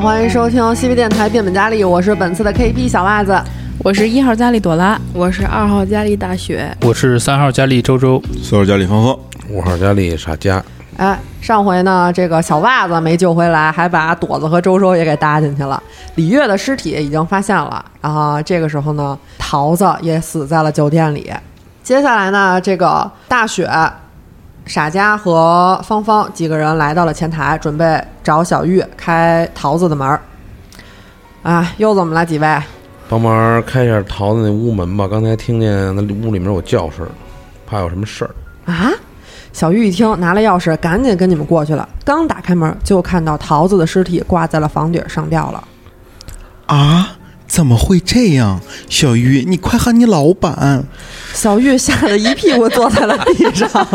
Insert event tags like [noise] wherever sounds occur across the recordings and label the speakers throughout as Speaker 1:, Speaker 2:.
Speaker 1: 欢迎收听西北电台变本加厉，我是本次的 KP 小袜子。
Speaker 2: 我是一号佳丽朵拉，
Speaker 3: 我是二号佳丽大雪，
Speaker 4: 我是三号佳丽周周，
Speaker 5: 所有家里芳芳，
Speaker 6: 五号佳丽傻家，
Speaker 1: 哎，上回呢，这个小袜子没救回来，还把朵子和周周也给搭进去了。李月的尸体已经发现了，然后这个时候呢，桃子也死在了酒店里。接下来呢，这个大雪、傻家和芳芳几个人来到了前台，准备找小玉开桃子的门儿。哎，又怎么了几位？
Speaker 6: 帮忙开一下桃子那屋门吧。刚才听见那屋里面有叫声，怕有什么事儿。
Speaker 1: 啊！小玉一听，拿了钥匙，赶紧跟你们过去了。刚打开门，就看到桃子的尸体挂在了房顶上吊了。
Speaker 5: 啊，怎么会这样？小玉，你快喊你老板！
Speaker 1: 小玉吓得一屁股坐在了地上， [laughs]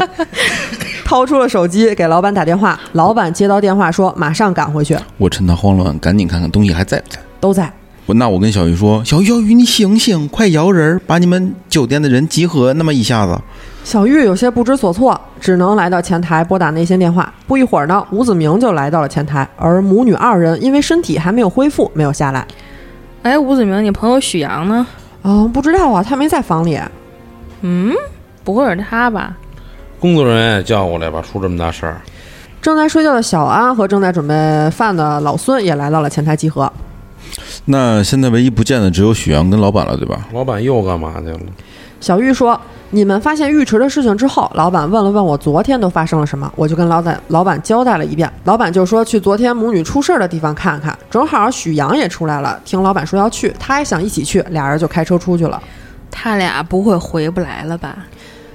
Speaker 1: 掏出了手机给老板打电话。老板接到电话说：“马上赶回去，
Speaker 7: 我趁他慌乱，赶紧看看东西还在不在。
Speaker 1: 都在。
Speaker 7: 我那我跟小玉说，小玉，小玉，你醒醒，快摇人儿，把你们酒店的人集合，那么一下子。”
Speaker 1: 小玉有些不知所措，只能来到前台拨打内线电话。不一会儿呢，吴子明就来到了前台，而母女二人因为身体还没有恢复，没有下来。
Speaker 3: 哎，吴子明，你朋友许阳呢？
Speaker 1: 哦，不知道啊，他没在房里。
Speaker 3: 嗯，不会是他吧？
Speaker 6: 工作人员也叫过来吧，出这么大事儿，
Speaker 1: 正在睡觉的小安和正在准备饭的老孙也来到了前台集合。
Speaker 7: 那现在唯一不见的只有许阳跟老板了，对吧？
Speaker 6: 老板又干嘛去了？
Speaker 1: 小玉说：“你们发现浴池的事情之后，老板问了问我昨天都发生了什么，我就跟老板老板交代了一遍。老板就说去昨天母女出事儿的地方看看，正好许阳也出来了，听老板说要去，他也想一起去，俩人就开车出去了。
Speaker 3: 他俩不会回不来了吧？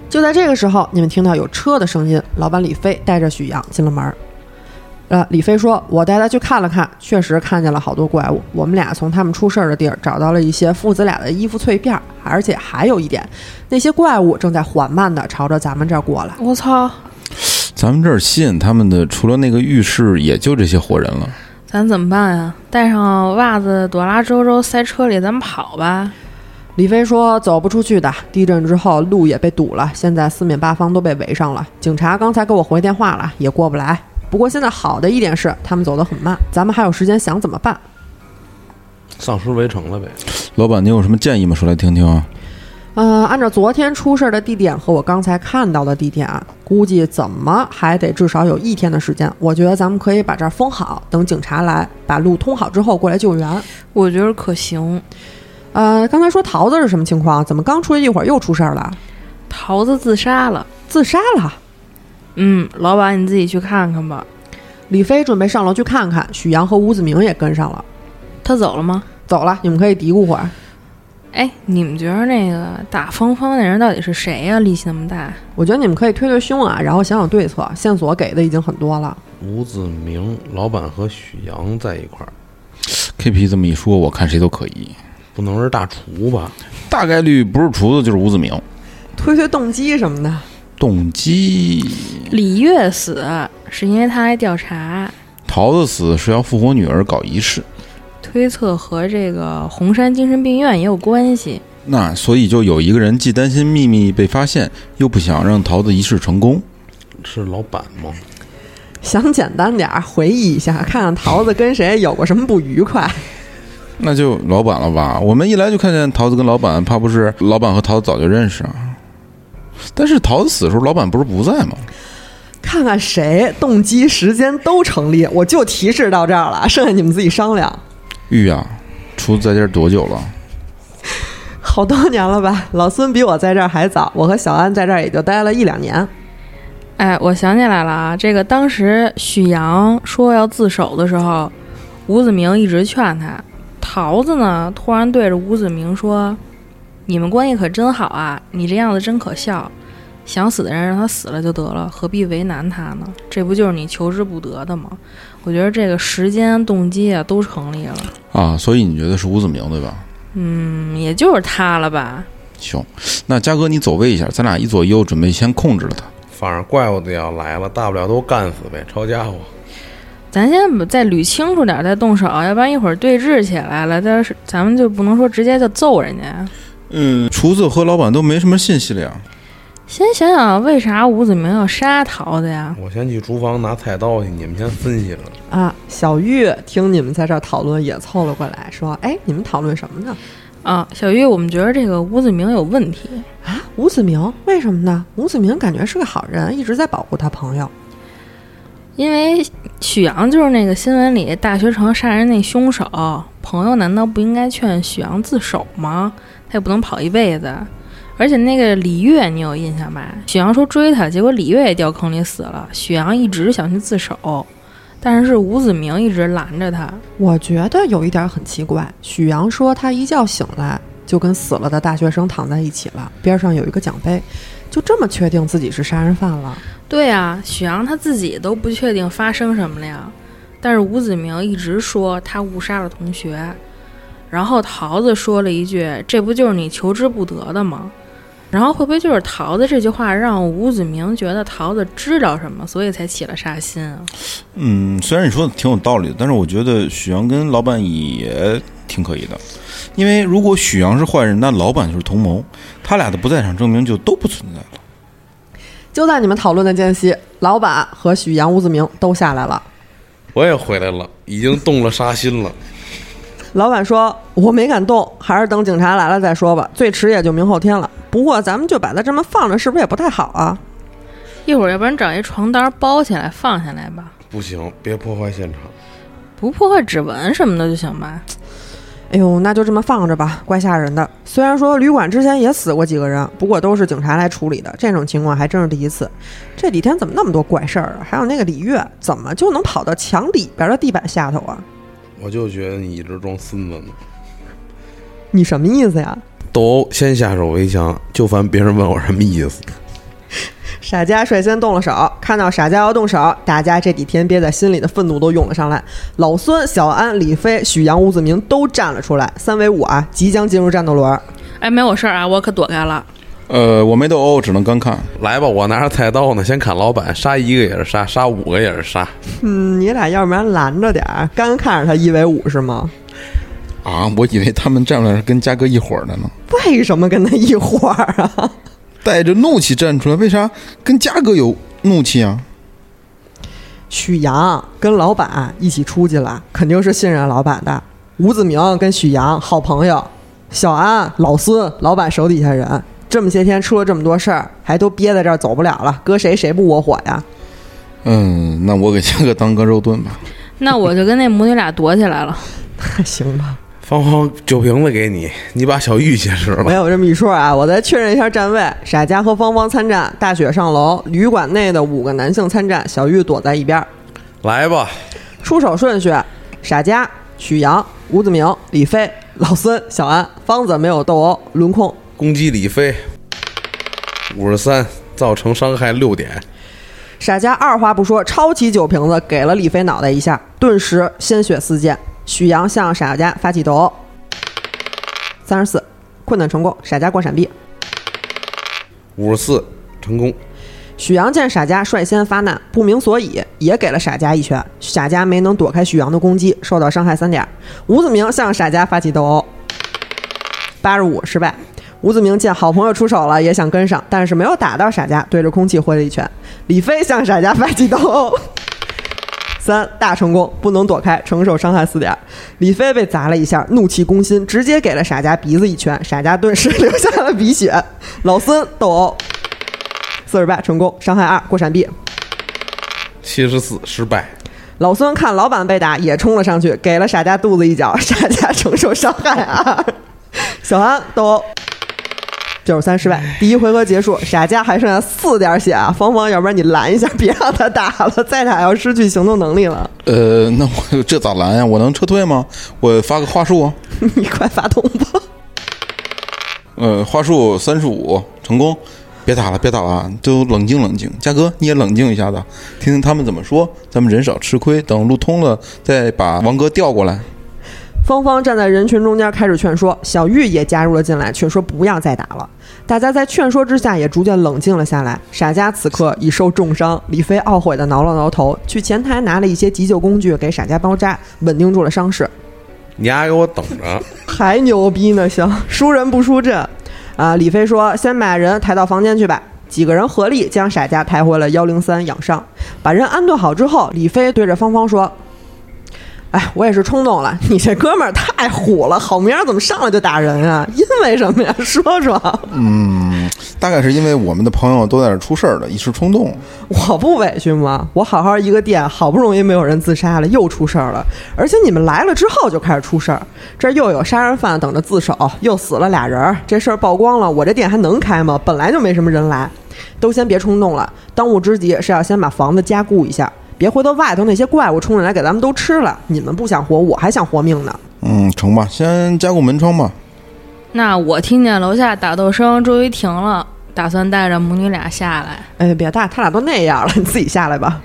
Speaker 1: 就在这个时候，你们听到有车的声音，老板李飞带着许阳进了门儿。呃，李飞说：“我带他去看了看，确实看见了好多怪物。我们俩从他们出事儿的地儿找到了一些父子俩的衣服碎片儿，而且还有一点，那些怪物正在缓慢地朝着咱们这儿过来。
Speaker 3: 我操，
Speaker 7: 咱们这儿吸引他们的，除了那个浴室，也就这些活人了。
Speaker 3: 咱怎么办呀？带上袜子、朵拉、周周塞车里，咱们跑吧。”
Speaker 1: 李飞说：“走不出去的，地震之后路也被堵了，现在四面八方都被围上了。警察刚才给我回电话了，也过不来。不过现在好的一点是，他们走得很慢，咱们还有时间想怎么办。”
Speaker 6: 丧尸围城了呗。
Speaker 7: 老板，你有什么建议吗？说来听听啊。
Speaker 1: 呃，按照昨天出事儿的地点和我刚才看到的地点啊，估计怎么还得至少有一天的时间。我觉得咱们可以把这儿封好，等警察来把路通好之后过来救援。
Speaker 3: 我觉得可行。
Speaker 1: 呃，刚才说桃子是什么情况？啊怎么刚出去一会儿又出事儿了？
Speaker 3: 桃子自杀了。
Speaker 1: 自杀了。
Speaker 3: 嗯，老板你自己去看看吧。
Speaker 1: 李飞准备上楼去看看，许阳和吴子明也跟上了。
Speaker 3: 他走了吗？
Speaker 1: 走了，你们可以嘀咕会儿。
Speaker 3: 哎，你们觉得那个打方方那人到底是谁呀、力气那么大，
Speaker 1: 我觉得你们可以推推胸啊，然后想想对策。线索给的已经很多了。
Speaker 6: 吴子明、老板和许阳在一块儿，
Speaker 7: KP 这么一说，我看谁都可疑，
Speaker 6: 不能是大厨吧？
Speaker 7: 大概率不是厨子就是吴子明。
Speaker 1: 推推动机什么的。
Speaker 7: 动机，
Speaker 3: 李月死是因为他来调查，
Speaker 7: 桃子死是要复活女儿搞仪式，
Speaker 3: 推测和这个红山精神病院也有关系。
Speaker 7: 那所以就有一个人既担心秘密被发现，又不想让桃子仪式成功。
Speaker 6: 是老板吗？
Speaker 1: 想简单点儿，回忆一下，看看桃子跟谁有过什么不愉快。
Speaker 7: 那就老板了吧？我们一来就看见桃子跟老板，怕不是老板和桃子早就认识啊？但是桃子死的时候，老板不是不在吗？
Speaker 1: 看看谁动机、时间都成立，我就提示到这儿了，剩下你们自己商量。
Speaker 7: 玉啊，厨子在这儿多久了？
Speaker 1: 好多年了吧，老孙比我在这儿还早，我和小安在这儿也就待了一两年。
Speaker 3: 哎，我想起来了啊，这个当时许阳说要自首的时候，吴子明一直劝他。桃子呢，突然对着吴子明说：“你们关系可真好啊，你这样子真可笑。想死的人让他死了就得了，何必为难他呢？这不就是你求之不得的吗？”我觉得这个时间、动机啊都成立了，
Speaker 7: 啊，所以你觉得是吴子明对吧？
Speaker 3: 嗯，也就是他了吧。
Speaker 7: 行，那嘉哥你走位一下，咱俩一左一右，准备先控制了他。
Speaker 6: 反正怪物得要来了，大不了都干死呗，抄家伙。
Speaker 3: 咱先把再捋清楚点儿再动手，要不然一会儿对峙起来了，但是咱们就不能说直接就揍人家呀。
Speaker 7: 嗯，厨子和老板都没什么信息了呀。
Speaker 3: 先想想为啥吴子明要杀桃子呀？
Speaker 6: 我先去厨房拿菜刀去，你们先分析着。
Speaker 1: 啊，小玉听你们在这儿讨论，也凑了过来，说：“哎，你们讨论什么呢？
Speaker 3: 啊，小玉，我们觉得这个吴子明有问题。
Speaker 1: 啊，吴子明为什么呢？吴子明感觉是个好人，一直在保护他朋友。
Speaker 3: 因为许阳就是那个新闻里大学城杀人那凶手，朋友难道不应该劝许阳自首吗？他也不能跑一辈子。而且那个李月，你有印象吧？许阳说追他，结果李月也掉坑里死了。许阳一直想去自首，但是是吴子明一直拦着他。
Speaker 1: 我觉得有一点很奇怪。许阳说他一觉醒来就跟死了的大学生躺在一起了，边上有一个奖杯，就这么确定自己是杀人犯了。
Speaker 3: 对呀、许阳他自己都不确定发生什么了呀。但是吴子明一直说他误杀了同学，然后桃子说了一句：“这不就是你求之不得的吗？”然后会不会就是桃子这句话让吴子明觉得桃子知道什么，所以才起了杀心啊？
Speaker 7: 嗯，虽然你说的挺有道理的，但是我觉得许阳跟老板也挺可疑的，因为如果许阳是坏人，那老板就是同谋，他俩的不在场证明就都不存在了。
Speaker 1: 就在你们讨论的间隙，老板和许阳、吴子明都下来了。
Speaker 6: 我也回来了，已经动了杀心了。
Speaker 1: 老板说：“我没敢动，还是等警察来了再说吧，最迟也就明后天了。不过咱们就把它这么放着，是不是也不太好啊？”
Speaker 3: 一会儿要不然找一床单包起来放下来吧，
Speaker 6: 不行，别破坏现场。
Speaker 3: 不破坏指纹什么的就行吧。
Speaker 1: 哎呦，那就这么放着吧，怪吓人的。虽然说旅馆之前也死过几个人，不过都是警察来处理的，这种情况还真是第一次。这几天怎么那么多怪事儿啊？还有那个李月，怎么就能跑到墙里边的地板下头啊？
Speaker 6: 我就觉得你一直装孙子呢。
Speaker 1: 你什么意思呀？
Speaker 6: 斗殴先下手为强，就烦别人问我什么意思。
Speaker 1: 傻家率先动了手，看到傻家要动手，大家这几天憋在心里的愤怒都涌了上来。老孙、小安、李飞、许阳、吴子明都站了出来，三为五啊，即将进入战斗轮。
Speaker 3: 哎，没我事儿啊，我可躲开了。
Speaker 7: 呃，我没斗殴，只能干看。
Speaker 6: 来吧，我拿着菜刀呢，先砍老板，杀一个也是杀，杀五个也是杀。
Speaker 1: 嗯，你俩要不然拦着点儿，干看着他一 v 五是吗？
Speaker 7: 啊，我以为他们站出来是跟嘉哥一伙儿的呢，
Speaker 1: 为什么跟他一伙儿啊？ [laughs]
Speaker 7: 带着怒气站出来，为啥跟嘉哥有怒气啊？
Speaker 1: 许阳跟老板一起出去了，肯定是信任老板的。吴子明跟许阳好朋友，小安、老孙，老板手底下人，这么些天出了这么多事儿，还都憋在这儿走不了了，搁谁谁不窝火呀？
Speaker 7: 嗯，那我给嘉哥当个肉盾吧。
Speaker 3: 那我就跟那母女俩躲起来了。
Speaker 1: [laughs] 行吧，
Speaker 6: 芳芳，酒瓶子给你，你把小玉结识
Speaker 1: 没
Speaker 6: [laughs] 了。
Speaker 1: 有这么一说啊。我再确认一下站位：傻家和芳芳参战，大雪上楼，旅馆内的五个男性参战，小玉躲在一边儿。
Speaker 6: 来吧，
Speaker 1: 出手顺序：傻家、许阳、吴子明、李飞、老孙、小安、方子没有斗殴，轮控
Speaker 6: 攻击李飞，五十三，造成伤害六点。
Speaker 1: 傻家二话不说，抄起酒瓶子给了李飞脑袋一下，顿时鲜血四溅。许阳向傻家发起斗殴，三十四，困难成功，傻家过闪避。
Speaker 6: 五十四成功，
Speaker 1: 许阳见傻家率先发难，不明所以，也给了傻家一拳。傻家没能躲开许阳的攻击，受到伤害三点。吴子明向傻家发起斗殴，八十五失败。吴子明见好朋友出手了，也想跟上，但是没有打到傻家，对着空气挥了一拳。李飞向傻家发起斗殴，三大成功，不能躲开，承受伤害四点。李飞被砸了一下，怒气攻心，直接给了傻家鼻子一拳，傻家顿时 [laughs] 流下了鼻血。老孙斗殴四十八成功，伤害二过闪避。
Speaker 6: 七十四失败。
Speaker 1: 老孙看老板被打，也冲了上去，给了傻家肚子一脚，傻家承受伤害二。 [laughs] 小安斗殴九十三失败，第一回合结束，傻家还剩下四点血啊！芳芳，要不然你拦一下，别让他打了，再打要失去行动能力了。 [laughs]
Speaker 7: 呃，那我这咋拦呀？我能撤退吗？我发个话术啊，
Speaker 1: 你快发动吧！
Speaker 7: 呃，话术三十五成功，别打了，别打了，都冷静冷静。嘉哥，你也冷静一下子，听听他们怎么说。咱们人少吃亏，等路通了再把王哥调过来。
Speaker 1: 芳芳站在人群中间开始劝说，小玉也加入了进来，劝说不要再打了。大家在劝说之下也逐渐冷静了下来。傻家此刻已受重伤，李飞懊悔的挠了挠头，去前台拿了一些急救工具给傻家包扎，稳定住了伤势。
Speaker 6: 你丫给我等着！
Speaker 1: 还牛逼呢，行，输人不输阵。啊，李飞说：“先把人抬到房间去吧。”几个人合力将傻家抬回了幺零三养上，把人安顿好之后，李飞对着芳芳说：“哎，我也是冲动了，你这哥们儿太虎了，好名儿怎么上来就打人啊？因为什么呀？说说，
Speaker 7: 嗯，大概是因为我们的朋友都在这儿出事儿了，一时冲动。
Speaker 1: 我不委屈吗？我好好一个店，好不容易没有人自杀了，又出事儿了。而且你们来了之后就开始出事儿，这又有杀人犯等着自首，又死了俩人儿，这事儿曝光了，我这店还能开吗？本来就没什么人来，都先别冲动了。当务之急是要先把房子加固一下，别回头外头那些怪物冲进来给咱们都吃了。你们不想活，我还想活命呢。
Speaker 7: 嗯，成吧，先加固门窗吧。
Speaker 3: 那我听见楼下打斗声终于停了，打算带着母女俩下来。
Speaker 1: 哎，别大，他俩都那样了，你自己下来吧。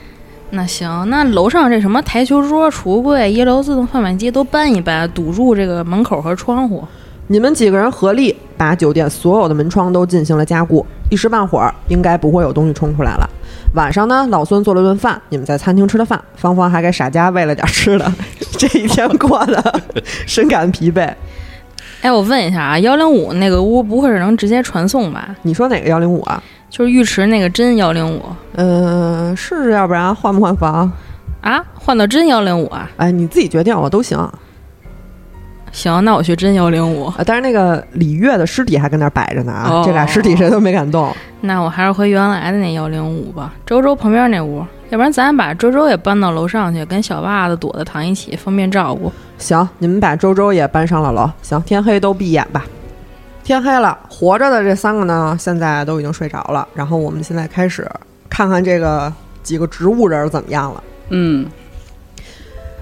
Speaker 3: 那行，那楼上这什么台球桌、橱柜、一楼自动贩卖机都搬一搬，堵住这个门口和窗户。
Speaker 1: 你们几个人合力把酒店所有的门窗都进行了加固，一时半会儿应该不会有东西冲出来了。晚上呢，老孙做了顿饭，你们在餐厅吃的饭，芳芳还给傻家喂了点吃 [laughs] 的。这一天过得深感疲惫。
Speaker 3: 哎，我问一下啊，幺零五那个屋不会是能直接传送吧？
Speaker 1: 你说哪个幺零五啊？
Speaker 3: 就是浴池那个真幺零五
Speaker 1: 嗯、试试，要不然换不换房？
Speaker 3: 啊，换到真幺零五啊？
Speaker 1: 哎，你自己决定，我都行。
Speaker 3: 行，那我去真幺零五。
Speaker 1: 啊，但是那个李月的尸体还跟那儿摆着呢啊，
Speaker 3: 哦
Speaker 1: 这俩尸体谁都没敢动。
Speaker 3: 那我还是回原来的那幺零五吧，周周旁边那屋。要不然咱把周周也搬到楼上去，跟小袜子、朵子躺一起，方便照顾。
Speaker 1: 行，你们把周周也搬上了楼。行，天黑都闭眼吧。天黑了，活着的这三个呢，现在都已经睡着了。然后我们现在开始看看这个几个植物人怎么样了。
Speaker 2: 嗯，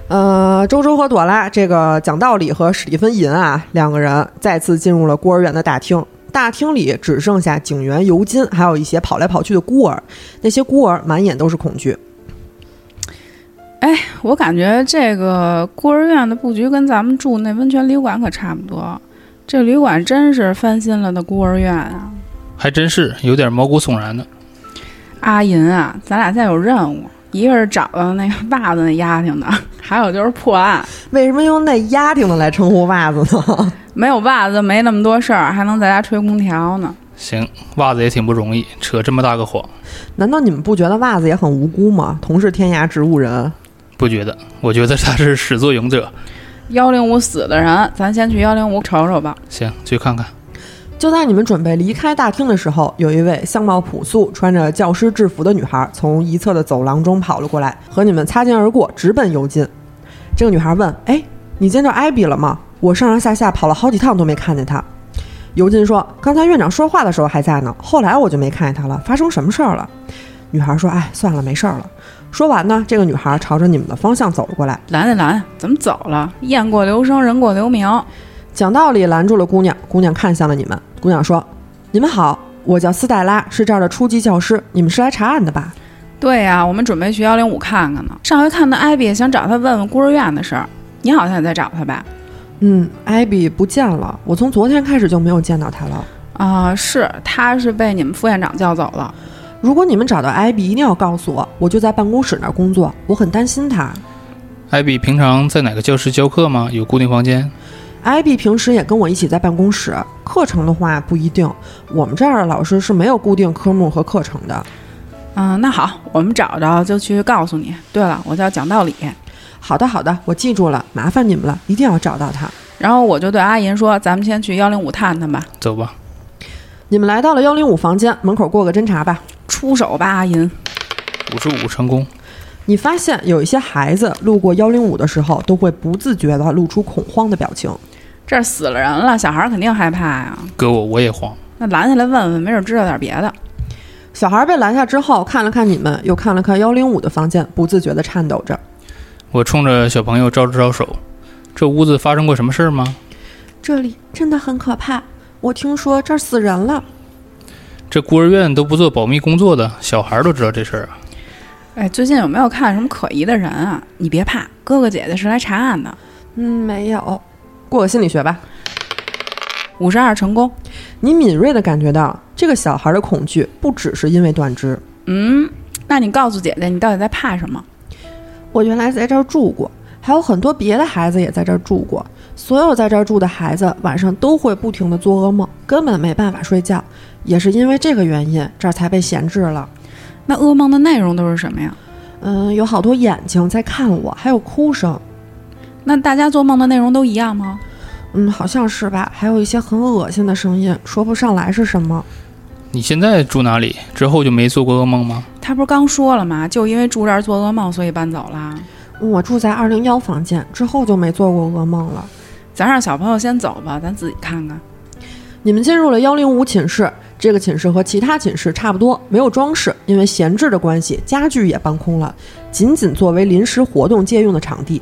Speaker 1: 呃，周周和朵拉这个讲道理和史蒂芬银啊两个人再次进入了孤儿院的大厅。大厅里只剩下警员尤金，还有一些跑来跑去的孤儿。那些孤儿满眼都是恐惧。
Speaker 2: 我感觉这个孤儿院的布局跟咱们住那温泉旅馆可差不多。这旅馆真是翻新了的孤儿院啊！
Speaker 4: 还真是有点毛骨悚然的。
Speaker 2: 阿银啊，咱俩现在有任务，一个是找到那个袜子那丫挺的，还有就是破案。
Speaker 1: 为什么用那丫挺的来称呼袜子呢？
Speaker 2: 没有袜子没那么多事儿，还能在家吹空调呢。
Speaker 4: 行，袜子也挺不容易，扯这么大个谎，
Speaker 1: 难道你们不觉得袜子也很无辜吗？同是天涯植物人，
Speaker 4: 不觉得？我觉得他是始作俑者。
Speaker 2: 幺零五死的人，咱先去幺零五瞅瞅吧。
Speaker 4: 行，去看看。
Speaker 1: 就在你们准备离开大厅的时候，有一位相貌朴素、穿着教师制服的女孩从一侧的走廊中跑了过来，和你们擦肩而过，直奔尤金。这个女孩问：“哎，你见着艾比了吗？我上上下下跑了好几趟都没看见她。”尤金说：“刚才院长说话的时候还在呢，后来我就没看见她了。发生什么事儿了？”女孩说：“哎，算了，没事儿了。”说完呢，这个女孩朝着你们的方向走了过来。
Speaker 2: 兰兰兰，怎么走了？雁过留声，人过留名。
Speaker 1: 讲道理拦住了姑娘，姑娘看向了你们，姑娘说：“你们好，我叫斯黛拉，是这儿的初级教师，你们是来查案的吧
Speaker 2: 对呀、我们准备去幺零五看看呢。上回看到艾比，想找他问问孤儿院的事儿。你好像也在找他吧？？”
Speaker 1: 嗯，艾比不见了，我从昨天开始就没有见到她了。
Speaker 2: 啊、是，他是被你们副院长叫走了。
Speaker 1: 如果你们找到艾比，一定要告诉我，我就在办公室那儿工作，我很担心她。
Speaker 4: 艾比平常在哪个教室教课吗？有固定房间？
Speaker 1: 艾比平时也跟我一起在办公室，课程的话不一定，我们这儿的老师是没有固定科目和课程的。
Speaker 2: 嗯、那好，我们找着就去告诉你。对了，我叫讲道理。
Speaker 1: 好的，好的，我记住了，麻烦你们了，一定要找到她。
Speaker 2: 然后我就对阿银说：“咱们先去幺零五探探吧，
Speaker 4: 走吧。
Speaker 1: 你们来到了幺零五房间门口，过个侦查吧。
Speaker 2: 出手吧，阿银。
Speaker 4: 五十五成功，
Speaker 1: 你发现有一些孩子路过幺零五的时候，都会不自觉地露出恐慌的表情。
Speaker 2: 这儿死了人了，小孩儿肯定害怕呀。
Speaker 4: 搁我我也慌。
Speaker 2: 那拦下来问问，没准知道点别的。
Speaker 1: 小孩被拦下之后，看了看你们，又看了看幺零五的房间，不自觉地颤抖着。
Speaker 4: 我冲着小朋友招了招手。这屋子发生过什么事儿吗？
Speaker 1: 这里真的很可怕，我听说这儿死人了。
Speaker 4: 这孤儿院都不做保密工作的，小孩都知道这事儿啊。
Speaker 2: 哎，最近有没有看什么可疑的人啊？你别怕，哥哥姐姐是来查案的。
Speaker 1: 嗯，没有。过个心理学吧。
Speaker 2: 五十二成功。
Speaker 1: 你敏锐地感觉到，这个小孩的恐惧不只是因为断肢。
Speaker 2: 嗯，那你告诉姐姐，你到底在怕什么？
Speaker 1: 我原来在这儿住过，还有很多别的孩子也在这儿住过。所有在这儿住的孩子晚上都会不停的做噩梦，根本没办法睡觉，也是因为这个原因，这儿才被闲置了。
Speaker 2: 那噩梦的内容都是什么呀？
Speaker 1: 嗯，有好多眼睛在看我，还有哭声，
Speaker 2: 那大家做梦的内容都一样吗？
Speaker 1: 嗯，好像是吧，还有一些很恶心的声音，说不上来是什么。
Speaker 4: 你现在住哪里？之后就没做过噩梦吗？
Speaker 2: 他不是刚说了吗？就因为住这儿做噩梦，所以搬走啦。
Speaker 1: 嗯我住在二零幺房间，之后就没做过噩梦了。
Speaker 2: 咱让小朋友先走吧，咱自己看看。
Speaker 1: 你们进入了幺零五寝室，这个寝室和其他寝室差不多，没有装饰，因为闲置的关系，家具也搬空了，仅仅作为临时活动借用的场地。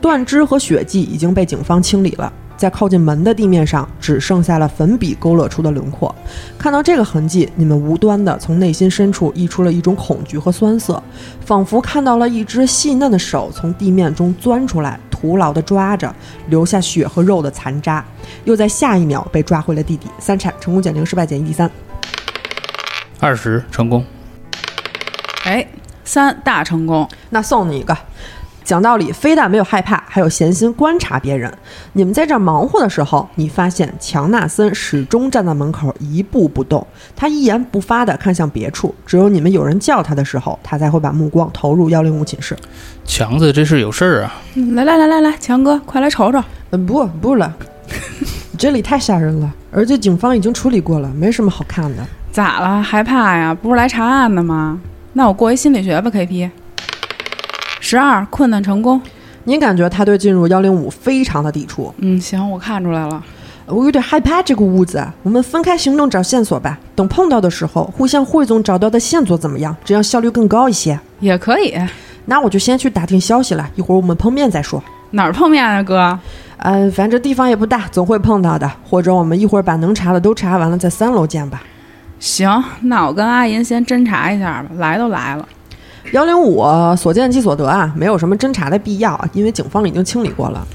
Speaker 1: 断肢和血迹已经被警方清理了，在靠近门的地面上只剩下了粉笔勾勒出的轮廓。看到这个痕迹，你们无端的从内心深处溢出了一种恐惧和酸涩，仿佛看到了一只细嫩的手从地面中钻出来，徒劳的抓着，留下血和肉的残渣。又在下一秒被抓回了地底。三产成功减零，失败减一，第三。
Speaker 4: 二十成功，
Speaker 2: 哎，三大成功，
Speaker 1: 那送你一个。讲道理，非但没有害怕，还有闲心观察别人。你们在这儿忙活的时候，你发现强纳森始终站在门口一步不动，他一言不发地看向别处，只有你们有人叫他的时候，他才会把目光投入幺零五寝室。
Speaker 4: 强子这是有事儿啊！
Speaker 2: 来来来来来，强哥，快来瞅瞅。
Speaker 1: 嗯，不不 [laughs] 了，这里太吓人了，而且警方已经处理过了，没什么好看的。
Speaker 2: 咋了？害怕呀？不是来查案的吗？那我过一心理学吧，KP。十二困难成功。
Speaker 1: 你感觉他对进入幺零五非常的抵触，
Speaker 2: 嗯，行，我看出来了。
Speaker 1: 我有点害怕这个屋子，我们分开行动找线索吧。等碰到的时候，互相汇总找到的线索怎么样？这样效率更高一些。
Speaker 2: 也可以，
Speaker 1: 那我就先去打听消息了，一会儿我们碰面再说。
Speaker 2: 哪儿碰面啊，哥？
Speaker 1: 呃，反正地方也不大，总会碰到的。或者我们一会儿把能查的都查完了，在三楼见吧。
Speaker 2: 行，那我跟阿银先侦查一下吧。来都来了，
Speaker 1: 幺零五所见即所得啊，没有什么侦查的必要啊，因为警方已经清理过了。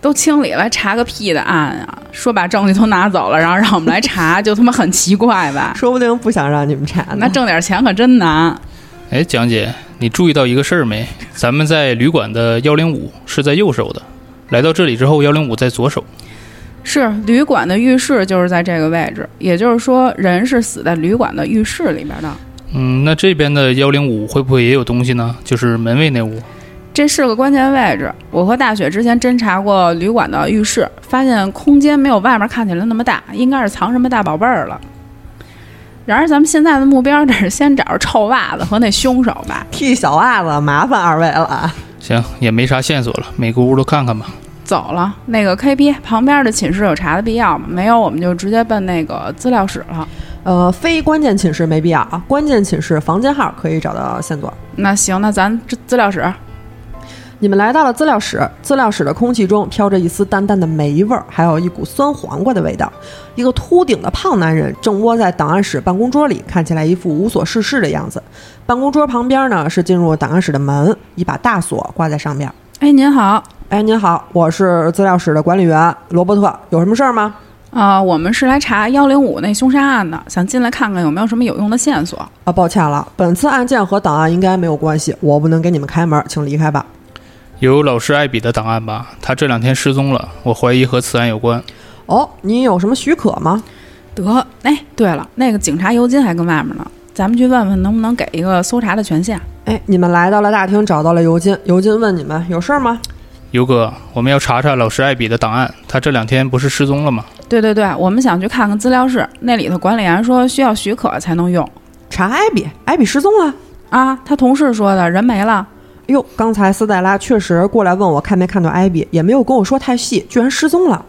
Speaker 2: 都清理了，查个屁的案啊！说把证据都拿走了，然后让我们来查，就他妈很奇怪吧？
Speaker 1: 说不定不想让你们查呢。
Speaker 2: 那挣点钱可真难。
Speaker 4: 哎，蒋姐，你注意到一个事儿没？咱们在旅馆的幺零五是在右手的，来到这里之后，幺零五在左手。
Speaker 2: 是旅馆的浴室就是在这个位置，也就是说，人是死在旅馆的浴室里边的。
Speaker 4: 嗯，那这边的幺零五会不会也有东西呢？就是门卫那屋。
Speaker 2: 这是个关键位置。我和大雪之前侦查过旅馆的浴室，发现空间没有外面看起来那么大，应该是藏什么大宝贝儿了。然而，咱们现在的目标得是先找着臭袜子和那凶手吧。
Speaker 1: 替小袜子麻烦二位了啊。
Speaker 4: 行，也没啥线索了，每个屋都看看吧。
Speaker 2: 走了，那个 KP 旁边的寝室有查的必要吗？没有，我们就直接奔那个资料室了。
Speaker 1: 呃，非关键寝室没必要啊，关键寝室房间号可以找到线索。
Speaker 2: 那行，那咱这资料室
Speaker 1: 你们来到了资料室，资料室的空气中飘着一丝淡淡的霉味儿，还有一股酸黄瓜的味道。一个秃顶的胖男人正窝在档案室办公桌里，看起来一副无所事事的样子。办公桌旁边呢是进入档案室的门，一把大锁挂在上边。
Speaker 2: 哎，您好
Speaker 1: 哎，您好，我是资料室的管理员罗伯特，有什么事儿吗？
Speaker 2: 啊、我们是来查幺零五那凶杀案的，想进来看看有没有什么有用的线索。
Speaker 1: 啊，抱歉了，本次案件和档案应该没有关系，我不能给你们开门，请离开吧。
Speaker 4: 有老师艾比的档案吧？他这两天失踪了，我怀疑和此案有关。
Speaker 1: 哦，你有什么许可吗？
Speaker 2: 得，哎，对了，那个警察尤金还跟外面呢，咱们去问问能不能给一个搜查的权限。
Speaker 1: 哎，你们来到了大厅，找到了尤金。尤金问你们有事儿吗？
Speaker 4: 尤哥，我们要查查老师艾比的档案，他这两天不是失踪了吗？
Speaker 2: 对对对，我们想去看看资料室，那里头管理员说需要许可才能用
Speaker 1: 查艾比，艾比失踪了。
Speaker 2: 啊。他同事说的人没了，
Speaker 1: 哎呦，刚才斯黛拉确实过来问我看没看到艾比，也没有跟我说太细，居然失踪了。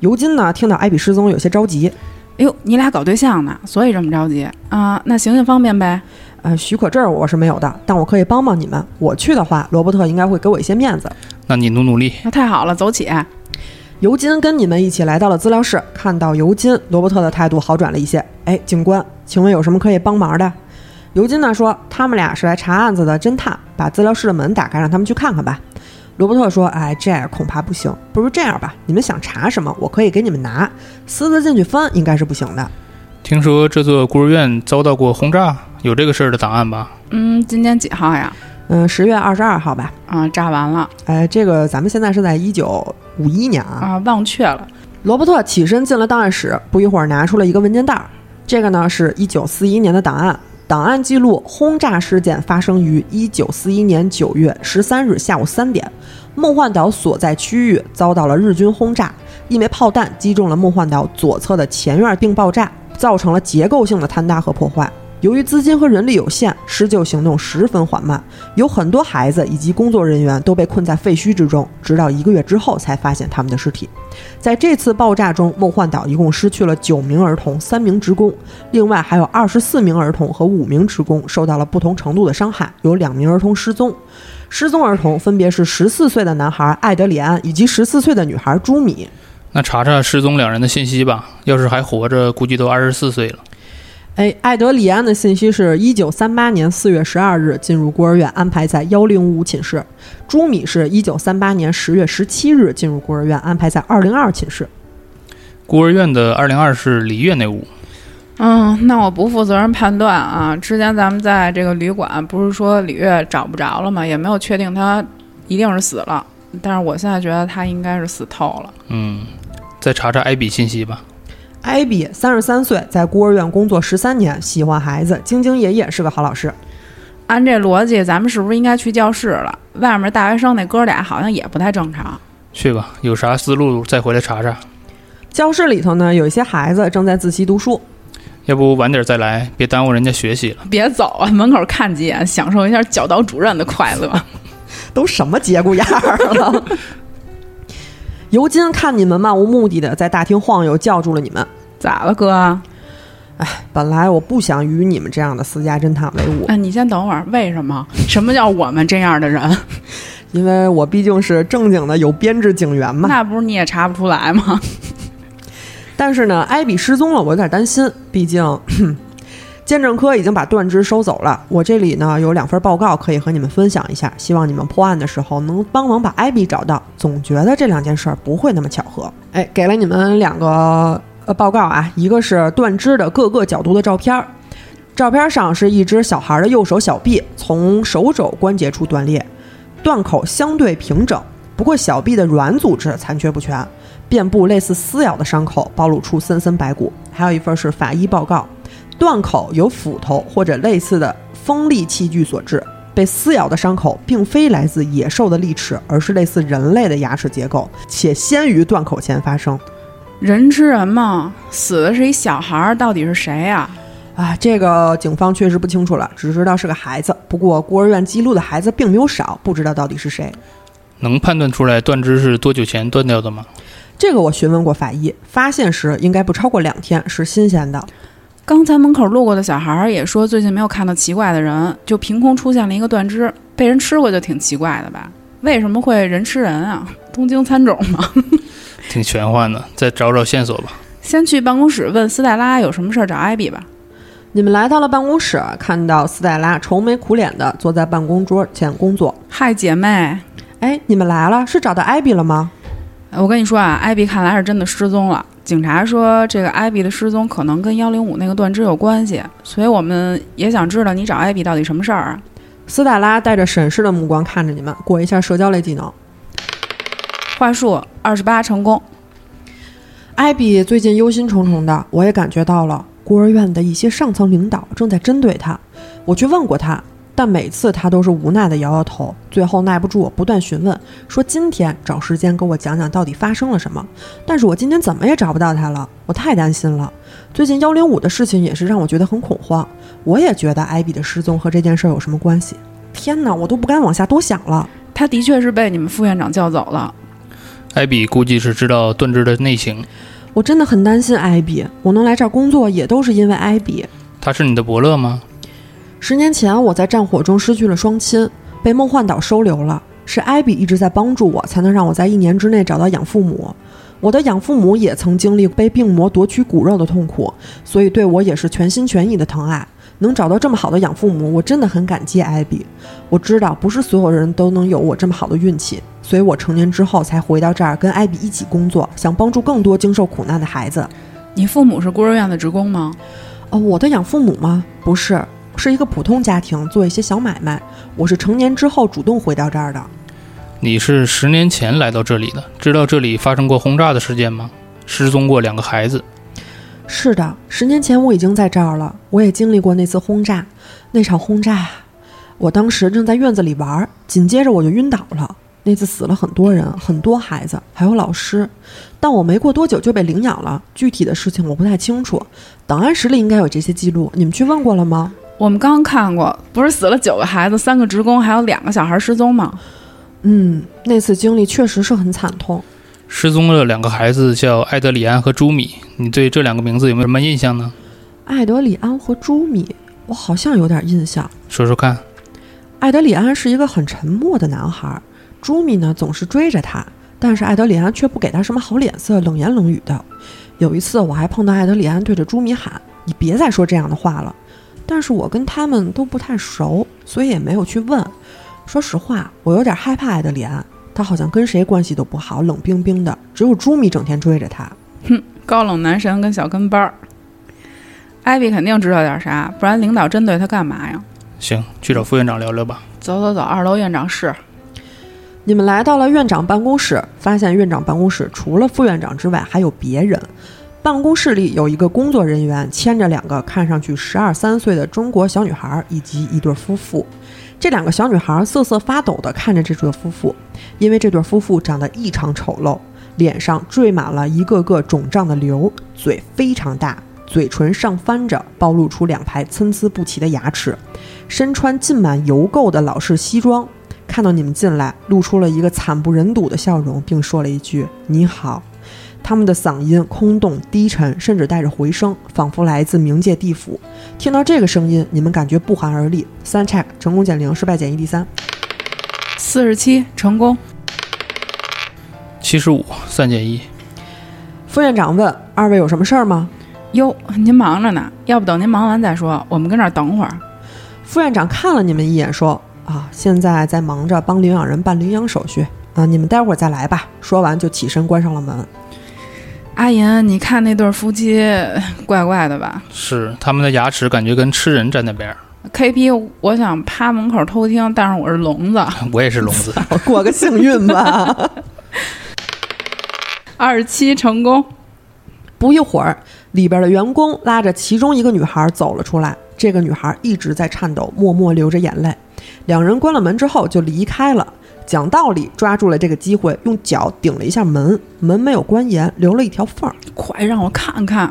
Speaker 1: 尤金呢，听到艾比失踪有些着急，
Speaker 2: 哎呦，你俩搞对象呢，所以这么着急啊？那行行方便呗。
Speaker 1: 呃，许可证我是没有的，但我可以帮帮你们。我去的话，罗伯特应该会给我一些面子。
Speaker 4: 那你努努力。
Speaker 2: 那哎太好了，走起。
Speaker 1: 尤金跟你们一起来到了资料室，看到尤金，罗伯特的态度好转了一些。哎，警官，请问有什么可以帮忙的？尤金呢说，他们俩是来查案子的侦探，把资料室的门打开，让他们去看看吧。罗伯特说：“哎，这样恐怕不行，不如这样吧，你们想查什么，我可以给你们拿，私自进去翻应该是不行的。
Speaker 4: 听说这座孤儿院遭到过轰炸，有这个事儿的档案吧？
Speaker 2: 嗯，今天几号呀？
Speaker 1: 嗯，十月二十二号吧。
Speaker 2: 啊，炸完了。
Speaker 1: 哎，这个咱们现在是在一九五一年啊，
Speaker 2: 啊，忘却了，
Speaker 1: 罗伯特起身进了档案室，不一会儿拿出了一个文件袋儿。这个呢是一九四一年的档案，档案记录轰炸事件发生于一九四一年九月十三日下午三点，梦幻岛所在区域遭到了日军轰炸，一枚炮弹击中了梦幻岛左侧的前院并爆炸，造成了结构性的坍塌和破坏。由于资金和人力有限，施救行动十分缓慢，有很多孩子以及工作人员都被困在废墟之中，直到一个月之后才发现他们的尸体。在这次爆炸中，梦幻岛一共失去了九名儿童、三名职工，另外还有二十四名儿童和五名职工受到了不同程度的伤害，有两名儿童失踪。失踪儿童分别是十四岁的男孩艾德里安以及十四岁的女孩朱米。
Speaker 4: 那查查失踪两人的信息吧，要是还活着，估计都二十四岁了。
Speaker 1: 哎，艾德里安的信息是一九三八年四月十二日进入孤儿院，安排在幺零五寝室；朱米是一九三八年十月十七日进入孤儿院，安排在二零二寝室。
Speaker 4: 孤儿院的二零二是璃月那屋，
Speaker 2: 嗯，那我不负责任判断啊。之前咱们在这个旅馆，不是说李月找不着了吗？也没有确定他一定是死了，但是我现在觉得他应该是死透了。
Speaker 4: 嗯，再查查艾比信息吧。
Speaker 1: 艾比三十三岁，在孤儿院工作十三年，喜欢孩子，兢兢业业，是个好老师。
Speaker 2: 按这逻辑，咱们是不是应该去教室了？外面大学生那哥俩好像也不太正常。
Speaker 4: 去吧，有啥思路再回来查查，
Speaker 1: 教室里头呢，有一些孩子正在自习读书。
Speaker 4: 要不晚点再来，别耽误人家学习了。
Speaker 2: 别走啊，门口看几眼，享受一下教导主任的快乐。
Speaker 1: 都什么节骨眼儿了？ [laughs] 尤金看你们漫无目的的在大厅晃悠，叫住了你们。
Speaker 2: 咋了，哥？
Speaker 1: 本来我不想与你们这样的私家侦探为伍，
Speaker 2: 哎，你先等会儿，为什么？什么叫我们这样的人？
Speaker 1: 因为我毕竟是正经的有编制警员嘛。
Speaker 2: 那不是你也查不出来吗？ [laughs]
Speaker 1: 但是呢，艾比失踪了，我有点担心，毕竟 [coughs] 鉴证科已经把断肢收走了。我这里呢有两份报告可以和你们分享一下，希望你们破案的时候能帮忙把艾比找到。总觉得这两件事儿不会那么巧合。哎，给了你们两个呃报告啊，一个是断肢的各个角度的照片儿。照片上是一只小孩的右手小臂从手肘关节处断裂，断口相对平整，不过小臂的软组织残缺不全，遍布类似撕咬的伤口，暴露出森森白骨。还有一份是法医报告，断口由斧头或者类似的锋利器具所致。被撕咬的伤口并非来自野兽的利齿，而是类似人类的牙齿结构，且先于断口前发生。
Speaker 2: 人吃人嘛，死的是一小孩儿，到底是谁呀、
Speaker 1: 啊，这个警方确实不清楚了，只知道是个孩子。不过孤儿院记录的孩子并没有少，不知道到底是谁。
Speaker 4: 能判断出来断肢是多久前断掉的吗？
Speaker 1: 这个我询问过法医，发现时应该不超过两天，是新鲜的。
Speaker 2: 刚才门口路过的小孩儿也说，最近没有看到奇怪的人，就凭空出现了一个断肢，被人吃过就挺奇怪的吧？为什么会人吃人啊？东京餐种吗？
Speaker 4: 挺玄幻的，再找找线索吧。
Speaker 2: [laughs] 先去办公室问斯黛拉有什么事儿找艾比吧。
Speaker 1: 你们来到了办公室，看到斯黛拉愁眉苦脸的坐在办公桌前工作。
Speaker 2: 嗨，姐妹，
Speaker 1: 哎，你们来了，是找到艾比了吗？
Speaker 2: 我跟你说啊，艾比看来是真的失踪了。警察说，这个艾比的失踪可能跟幺零五那个断肢有关系，所以我们也想知道你找艾比到底什么事儿啊？
Speaker 1: 斯黛拉带着审视的目光看着你们，过一下社交类技能。
Speaker 2: 话术二十八成功，
Speaker 1: 艾比最近忧心忡忡的，我也感觉到了。孤儿院的一些上层领导正在针对他，我去问过他，但每次他都是无奈的摇摇头。最后耐不住我不断询问，说今天找时间给我讲讲到底发生了什么。但是我今天怎么也找不到他了，我太担心了。最近幺零五的事情也是让我觉得很恐慌，我也觉得艾比的失踪和这件事儿有什么关系。天哪，我都不敢往下多想了。
Speaker 2: 他的确是被你们副院长叫走了。
Speaker 4: 艾比估计是知道断肢的内情，
Speaker 1: 我真的很担心艾比，我能来这儿工作也都是因为艾比。
Speaker 4: 他是你的伯乐吗？
Speaker 1: 十年前，我在战火中失去了双亲，被梦幻岛收留了。是艾比一直在帮助我，才能让我在一年之内找到养父母。我的养父母也曾经历被病魔夺取骨肉的痛苦，所以对我也是全心全意的疼爱。能找到这么好的养父母，我真的很感激艾比。我知道不是所有人都能有我这么好的运气，所以我成年之后才回到这儿跟艾比一起工作，想帮助更多经受苦难的孩子。
Speaker 2: 你父母是孤儿院的职工吗？
Speaker 1: 哦，我的养父母吗？不是，是一个普通家庭，做一些小买卖。我是成年之后主动回到这儿的。
Speaker 4: 你是十年前来到这里的，知道这里发生过轰炸的事件吗？失踪过两个孩子，
Speaker 1: 是的，十年前我已经在这儿了，我也经历过那次轰炸，那场轰炸，我当时正在院子里玩儿，紧接着我就晕倒了。那次死了很多人，很多孩子，还有老师。但我没过多久就被领养了，具体的事情我不太清楚，档案室里应该有这些记录。你们去问过了吗？
Speaker 2: 我们刚看过，不是死了九个孩子，三个职工，还有两个小孩失踪吗？
Speaker 1: 嗯，那次经历确实是很惨痛。
Speaker 4: 失踪了两个孩子叫艾德里安和朱米。你对这两个名字有没有什么印象呢？
Speaker 1: 艾德里安和朱米，我好像有点印象。
Speaker 4: 说说看。
Speaker 1: 艾德里安是一个很沉默的男孩，朱米呢总是追着他，但是艾德里安却不给他什么好脸色，冷言冷语的。有一次我还碰到艾德里安对着朱米喊：“你别再说这样的话了。”但是我跟他们都不太熟，所以也没有去问。说实话，我有点害怕艾德里安，他好像跟谁关系都不好，冷冰冰的，只有朱米整天追着他。
Speaker 2: 高冷男神跟小跟班儿，艾比肯定知道点啥，不然领导针对他干嘛呀？
Speaker 4: 行，去找副院长聊聊吧。
Speaker 2: 走走走，二楼院长室，
Speaker 1: 你们来到了院长办公室，发现院长办公室除了副院长之外还有别人。办公室里有一个工作人员牵着两个看上去十二三岁的中国小女孩，以及一对夫妇。这两个小女孩瑟瑟发抖地看着这对夫妇，因为这对夫妇长得异常丑陋，脸上缀满了一个个肿胀的瘤，嘴非常大，嘴唇上翻着，暴露出两排参差不齐的牙齿。身穿浸满油垢的老式西装，看到你们进来，露出了一个惨不忍睹的笑容，并说了一句“你好”。他们的嗓音空洞低沉，甚至带着回声，仿佛来自冥界地府。听到这个声音，你们感觉不寒而栗。三 check 成功减零，失败减一，第三。
Speaker 2: 四十七成功。
Speaker 4: 七十五，三减一。
Speaker 1: 副院长问：“二位有什么事儿吗
Speaker 2: 哟，您忙着呢，要不等您忙完再说，我们跟这儿等会儿。？”
Speaker 1: 副院长看了你们一眼，说：“啊，现在在忙着帮领养人办领养手续啊，你们待会儿再来吧。”说完就起身关上了门。 [laughs]
Speaker 2: 阿银，你看那对夫妻怪怪的吧
Speaker 4: 是，他们的牙齿感觉跟吃人站在边儿。
Speaker 2: ？KP，我想趴门口偷听，但是我是聋子。
Speaker 4: 我也是聋子。
Speaker 1: 我过个幸运吧。
Speaker 2: 二十七成功，
Speaker 1: 不一会儿，里边的员工拉着其中一个女孩走了出来。这个女孩一直在颤抖，默默流着眼泪。两人关了门之后就离开了。讲道理，抓住了这个机会，用脚顶了一下门，门没有关严，留了一条缝儿。
Speaker 2: 快让我看看。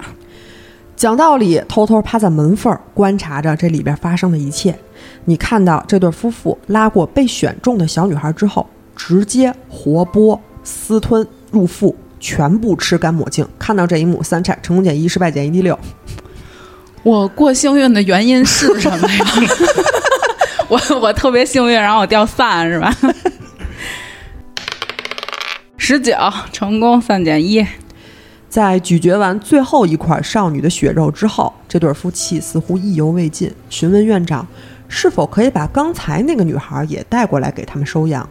Speaker 1: 讲道理，偷偷趴在门缝儿观察着这里边发生的一切。你看到这对夫妇拉过被选中的小女孩之后，直接活剥、私吞入腹，全部吃干抹净。看到这一幕，三 check 成功减一，失败减一，第六。
Speaker 2: 我过幸运的原因是什么呀？ [laughs] 我我特别幸运，然后我掉散是吧？十九成功，三减一。
Speaker 1: 在咀嚼完最后一块少女的血肉之后，这对夫妻似乎意犹未尽，询问院长是否可以把刚才那个女孩也带过来给他们收养。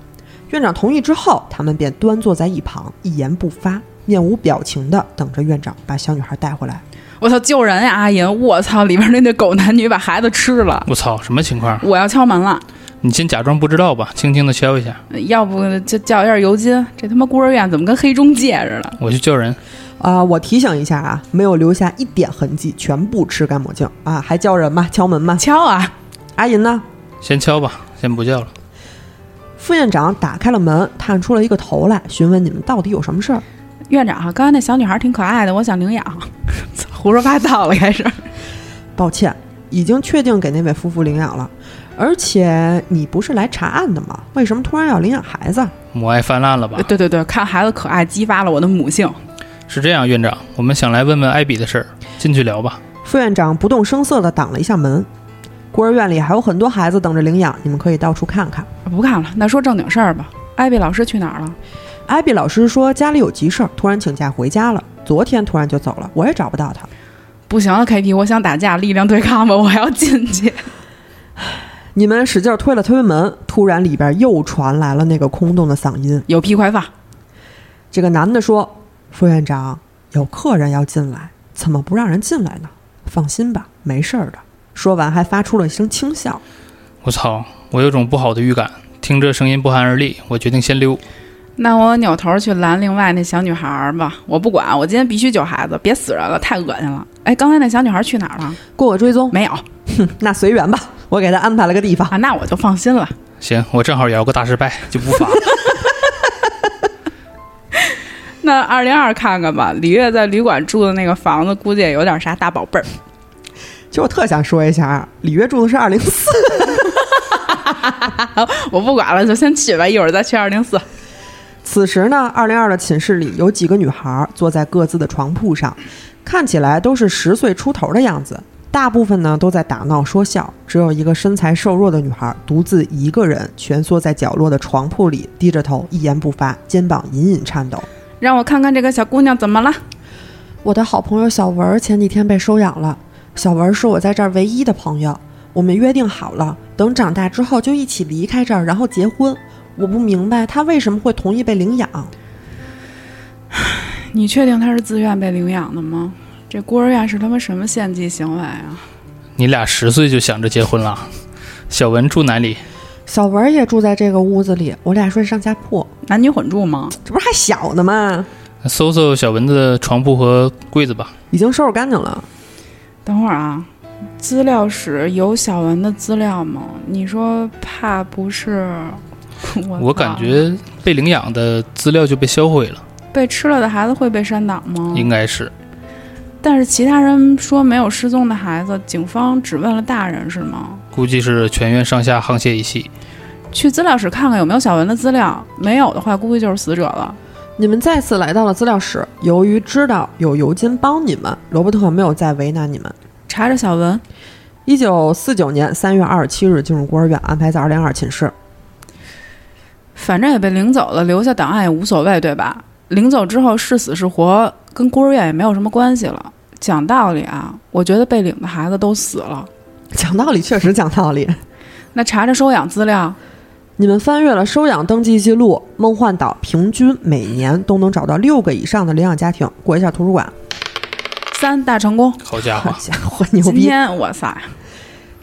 Speaker 1: 院长同意之后，他们便端坐在一旁，一言不发，面无表情地等着院长把小女孩带回来。
Speaker 2: 我操，救人呀、阿银！我操，里边那对狗男女把孩子吃了，
Speaker 4: [laughs] 我操，什么情况？
Speaker 2: 我要敲门了。
Speaker 4: 你先假装不知道吧，轻轻的敲一下。
Speaker 2: 要不就叫一下尤金，这他妈孤儿院怎么跟黑中介似的？
Speaker 4: 我去叫人。
Speaker 1: 啊、我提醒一下啊，没有留下一点痕迹，全部吃干抹净啊！还叫人吗？敲门吗？
Speaker 2: 敲啊！
Speaker 1: 阿银呢？
Speaker 4: 先敲吧，先不叫了。
Speaker 1: 副院长打开了门，探出了一个头来，询问你们到底有什么事儿。
Speaker 2: 院长，刚才那小女孩挺可爱的，我想领养。胡说八道了，开始。
Speaker 1: 抱歉，已经确定给那位夫妇领养了。而且你不是来查案的吗？为什么突然要领养孩子？
Speaker 4: 母爱泛滥了吧？
Speaker 2: 对对对，看孩子可爱，激发了我的母性。
Speaker 4: 是这样，院长，我们想来问问艾比的事儿，进去聊吧。
Speaker 1: 副院长不动声色地挡了一下门。孤儿院里还有很多孩子等着领养，你们可以到处看看。
Speaker 2: 不看了，那说正经事儿吧。艾比老师去哪儿了？
Speaker 1: 艾比老师说家里有急事儿，突然请假回家了。昨天突然就走了，我也找不到他。
Speaker 2: 不行了，KP，我想打架，力量对抗吧，我要进去。 [laughs]
Speaker 1: 你们使劲推了推门，突然里边又传来了那个空洞的嗓音。
Speaker 2: 有屁快放！
Speaker 1: 这个男的说：“副院长，有客人要进来，怎么不让人进来呢？放心吧，没事儿的。”说完还发出了一声轻笑。
Speaker 4: 我操，我有种不好的预感，听这声音不寒而栗，我决定先溜。
Speaker 2: 那我扭头去拦另外那小女孩儿吧，我不管，我今天必须救孩子，别死人了，太恶心了。哎，刚才那小女孩去哪儿了？
Speaker 1: 过我追踪，
Speaker 2: 没有
Speaker 1: 嗯那随缘吧，我给他安排了个地方。
Speaker 2: 啊，那我就放心了。
Speaker 4: 行，我正好摇个大失败，就不发了。
Speaker 2: 那二零二看看吧，李月在旅馆住的那个房子，估计也有点啥大宝贝儿。
Speaker 1: 其实我特想说一下，啊里约住的是二零四，
Speaker 2: 我不管了，就先去吧，一会儿再去二零四。
Speaker 1: 此时呢，二零二的寝室里有几个女孩坐在各自的床铺上，看起来都是十岁出头的样子。大部分呢都在打闹说笑，只有一个身材瘦弱的女孩独自一个人蜷缩在角落的床铺里，低着头一言不发，肩膀隐隐颤抖。
Speaker 2: 让我看看这个小姑娘怎么了。
Speaker 1: 我的好朋友小文儿前几天被收养了，小文儿是我在这儿唯一的朋友。我们约定好了，等长大之后就一起离开这儿，然后结婚。我不明白他为什么会同意被领养。
Speaker 2: 你确定她是自愿被领养的吗？这孤儿院是他妈什么献祭行为啊？
Speaker 4: 你俩十岁就想着结婚了？小文住哪里？
Speaker 1: 小文儿也住在这个屋子里，我俩睡上下铺，
Speaker 2: 男女混住吗？
Speaker 1: 这不是还小呢吗？
Speaker 4: 搜搜小文的床铺和柜子吧。
Speaker 1: 已经收拾干净了。
Speaker 2: 等会儿啊，资料室有小文的资料吗？你说怕不是？我
Speaker 4: 我
Speaker 2: 操
Speaker 4: 感觉被领养的资料就被销毁了，
Speaker 2: 被吃了的孩子会被删档吗？
Speaker 4: 应该是。
Speaker 2: 但是其他人说没有失踪的孩子，警方只问了大人是吗？
Speaker 4: 估计是全院上下沆瀣一气。
Speaker 2: 去资料室看看有没有小文的资料，没有的话，估计就是死者了。
Speaker 1: 你们再次来到了资料室，由于知道有尤金帮你们，罗伯特没有再为难你们。
Speaker 2: 查查小文，
Speaker 1: 一九四九年三月二十七日进入孤儿院，安排在二零二寝室。
Speaker 2: 反正也被领走了，留下档案也无所谓，对吧？领走之后是死是活，跟孤儿院也没有什么关系了。讲道理啊，我觉得被领的孩子都死了。
Speaker 1: 讲道理，确实讲道理。
Speaker 2: 那查查收养资料，
Speaker 1: 你们翻阅了收养登记记录，梦幻岛平均每年都能找到六个以上的领养家庭。过一下图书馆，
Speaker 2: 三大成功。
Speaker 4: 好家
Speaker 1: 好 [laughs]
Speaker 4: 伙，
Speaker 1: 家伙，牛
Speaker 2: 今
Speaker 1: 逼！
Speaker 2: 天哇塞，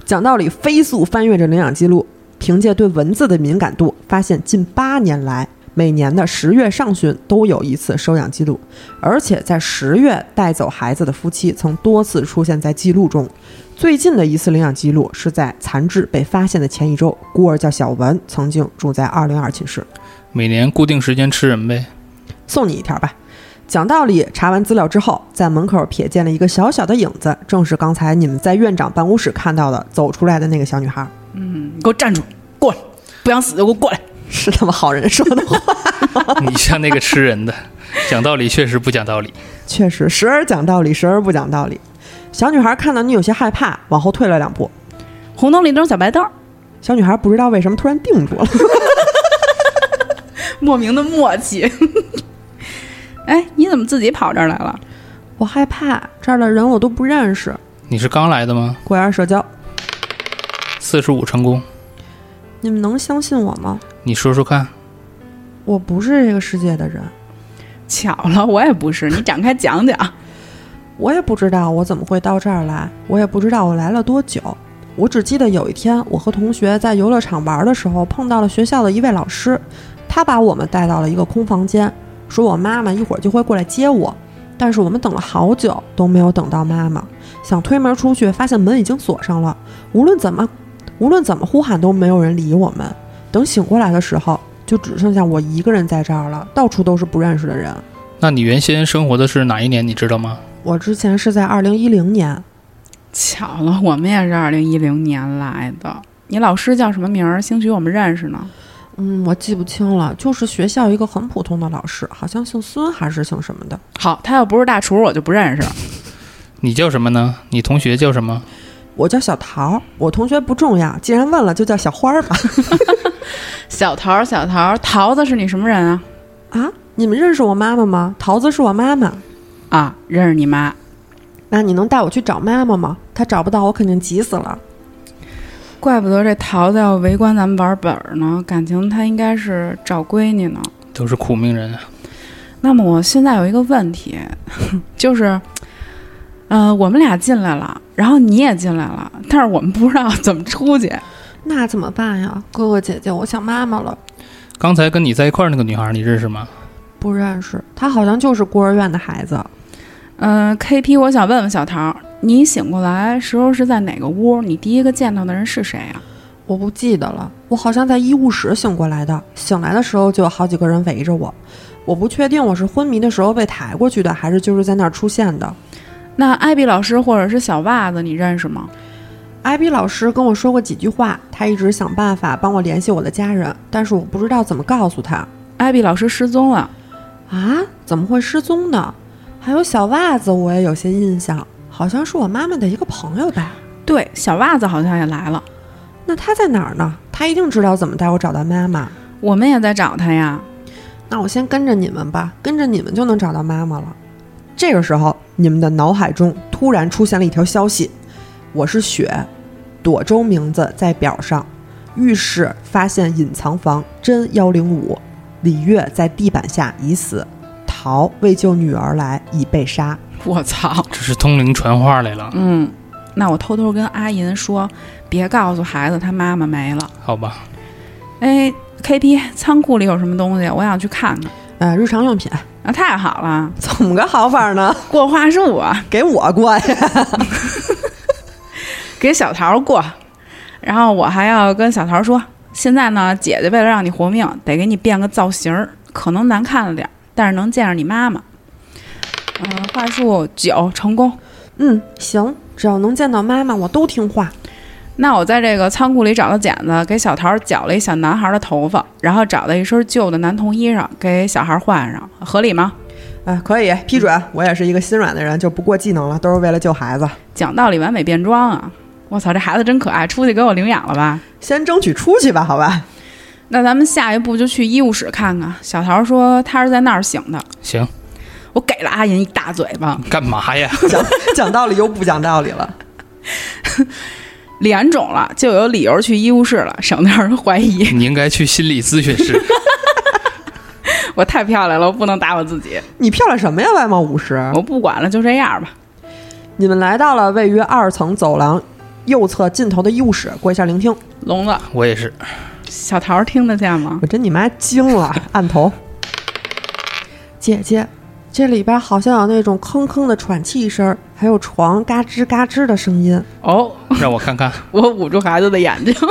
Speaker 1: 讲道理，飞速翻阅着领养记录，凭借对文字的敏感度，发现近八年来，每年的十月上旬都有一次收养记录，而且在十月带走孩子的夫妻曾多次出现在记录中。最近的一次领养记录是在残肢被发现的前一周，孤儿叫小文，曾经住在二零二寝室。
Speaker 4: 每年固定时间吃人呗。
Speaker 1: 送你一条吧。讲道理，查完资料之后，在门口瞥见了一个小小的影子，正是刚才你们在院长办公室看到的走出来的那个小女孩。
Speaker 2: 你给我站住，过来！不想死就给我过来。
Speaker 1: 是他妈好人说的话，
Speaker 4: 你像那个吃人的， [laughs] 讲道理确实不讲道理。
Speaker 1: [laughs] 确实时而讲道理，时而不讲道理。小女孩看到你有些害怕，往后退了两步。
Speaker 2: 红灯绿灯小白灯，
Speaker 1: 小女孩不知道为什么突然定住了。
Speaker 2: 莫名的默契。 [laughs] 哎，你怎么自己跑这儿来了？
Speaker 1: [laughs] 我害怕这儿的人我都不认识。
Speaker 4: 你是刚来的吗？
Speaker 1: 果然社交，
Speaker 4: 四十五成功，
Speaker 1: 你们能相信我吗？
Speaker 4: 你说说看。
Speaker 1: 我不是这个世界的人，
Speaker 2: 巧了，我也不是。你展开讲讲。
Speaker 1: 我也不知道我怎么会到这儿来，我也不知道我来了多久。我只记得有一天，我和同学在游乐场玩的时候，碰到了学校的一位老师，他把我们带到了一个空房间，说我妈妈一会儿就会过来接我。但是我们等了好久都没有等到妈妈，想推门出去，发现门已经锁上了。无论怎么，无论怎么呼喊都没有人理我们。等醒过来的时候，就只剩下我一个人在这儿了，到处都是不认识的人。
Speaker 4: 那你原先生活的是哪一年？你知道吗？
Speaker 1: 我之前是在二零一零年，
Speaker 2: 巧了，我们也是二零一零年来的。你老师叫什么名儿？兴许我们认识呢。
Speaker 1: 嗯，我记不清了，就是学校一个很普通的老师，好像姓孙还是姓什么的。
Speaker 2: 好，他要不是大厨，我就不认识。
Speaker 4: 你叫什么呢？你同学叫什么？
Speaker 1: 我叫小桃，我同学不重要，既然问了就叫小花儿吧。
Speaker 2: 小桃儿，小桃儿，桃子是你什么人啊？
Speaker 1: 啊，你们认识我妈妈吗？桃子是我妈妈，
Speaker 2: 啊，认识你妈。
Speaker 1: 那你能带我去找妈妈吗？她找不到我肯定急死了。
Speaker 2: 怪不得这桃子要围观咱们玩本儿呢，感情她应该是找闺女呢。
Speaker 4: 都是苦命人啊！
Speaker 2: 那么我现在有一个问题， [laughs] 就是，呃，我们俩进来了，然后你也进来了，但是我们不知道怎么出去。
Speaker 1: 那怎么办呀？哥哥姐姐，我想妈妈了。
Speaker 4: 刚才跟你在一块儿那个女孩，你认识吗？
Speaker 1: 不认识，她好像就是孤儿院的孩子。
Speaker 2: 嗯，KP，我想问问小桃，你醒过来时候是在哪个屋？你第一个见到的人是谁啊？
Speaker 1: 我不记得了，我好像在医务室醒过来的。醒来的时候就有好几个人围着我，我不确定我是昏迷的时候被抬过去的，还是就是在那儿出现的。
Speaker 2: 那艾比老师或者是小袜子，你认识吗？
Speaker 1: 艾比老师跟我说过几句话，他一直想办法帮我联系我的家人，但是我不知道怎么告诉他。
Speaker 2: 艾比老师失踪了，
Speaker 1: 啊，怎么会失踪呢？还有小袜子，我也有些印象，好像是我妈妈的一个朋友吧。
Speaker 2: 对，小袜子好像也来了，
Speaker 1: 那他在哪儿呢？他一定知道怎么带我找到妈妈。
Speaker 2: 我们也在找他呀。
Speaker 1: 那我先跟着你们吧，跟着你们就能找到妈妈了。这个时候，你们的脑海中突然出现了一条消息：我是雪，朵州名字在表上，浴室发现隐藏房真幺零五，李月在地板下已死，桃为救女儿来已被杀。
Speaker 2: 我操！
Speaker 4: 这是通灵传话来了，
Speaker 2: 嗯，那我偷偷跟阿银说，别告诉孩子他妈妈没了。
Speaker 4: 好吧？
Speaker 2: 哎，KP，仓库里有什么东西？我想去看看。
Speaker 1: 呃，日常用品 [laughs]
Speaker 2: 啊，太好了，
Speaker 1: 怎么个好法呢？
Speaker 2: 过话术啊。
Speaker 1: 给我过去。
Speaker 2: 给小桃过，然后我还要跟小桃说，现在呢，姐姐为了让你活命，得给你变个造型儿，可能难看了点儿，但是能见着你妈妈。嗯、话术九成功。
Speaker 1: [laughs] 嗯，行，只要能见到妈妈，我都听话。
Speaker 2: 那我在这个仓库里找到剪子，给小桃绞了一小男孩的头发，然后找到一身旧的男童衣裳，给小孩换上，合理吗？
Speaker 1: 哎，可以批准。我也是一个心软的人，就不过技能了，都是为了救孩子。
Speaker 2: 讲道理，完美变装啊！我操，这孩子真可爱，出去给我领养了吧？
Speaker 1: 先争取出去吧，好吧？ [laughs]
Speaker 2: 那咱们下一步就去医务室看看。小桃说她是在那儿醒的，
Speaker 4: 行，
Speaker 2: 我给了阿银一大嘴巴，
Speaker 4: 干嘛呀？
Speaker 1: 讲讲道理又不讲道理了。
Speaker 2: 脸肿了，就有理由去医务室了，省得让人怀疑。 [laughs]
Speaker 4: 你应该去心理咨询室。
Speaker 2: 我太漂亮了，我不能打我自己，
Speaker 1: 你漂亮什么呀，外貌五十？
Speaker 2: 我不管了，就这样吧。
Speaker 1: 你们来到了位于二层走廊右侧尽头的医务室，过一下聆听。
Speaker 2: 聋子，
Speaker 4: 我也是，
Speaker 2: 小桃儿听得见吗？
Speaker 1: 我真你妈惊 [laughs] 了，按头。姐姐，这里边好像有那种吭吭的喘气声，还有床嘎吱嘎吱的声音。
Speaker 2: 哦，
Speaker 4: 让我看看。
Speaker 2: 我捂住孩子的眼睛。 [laughs]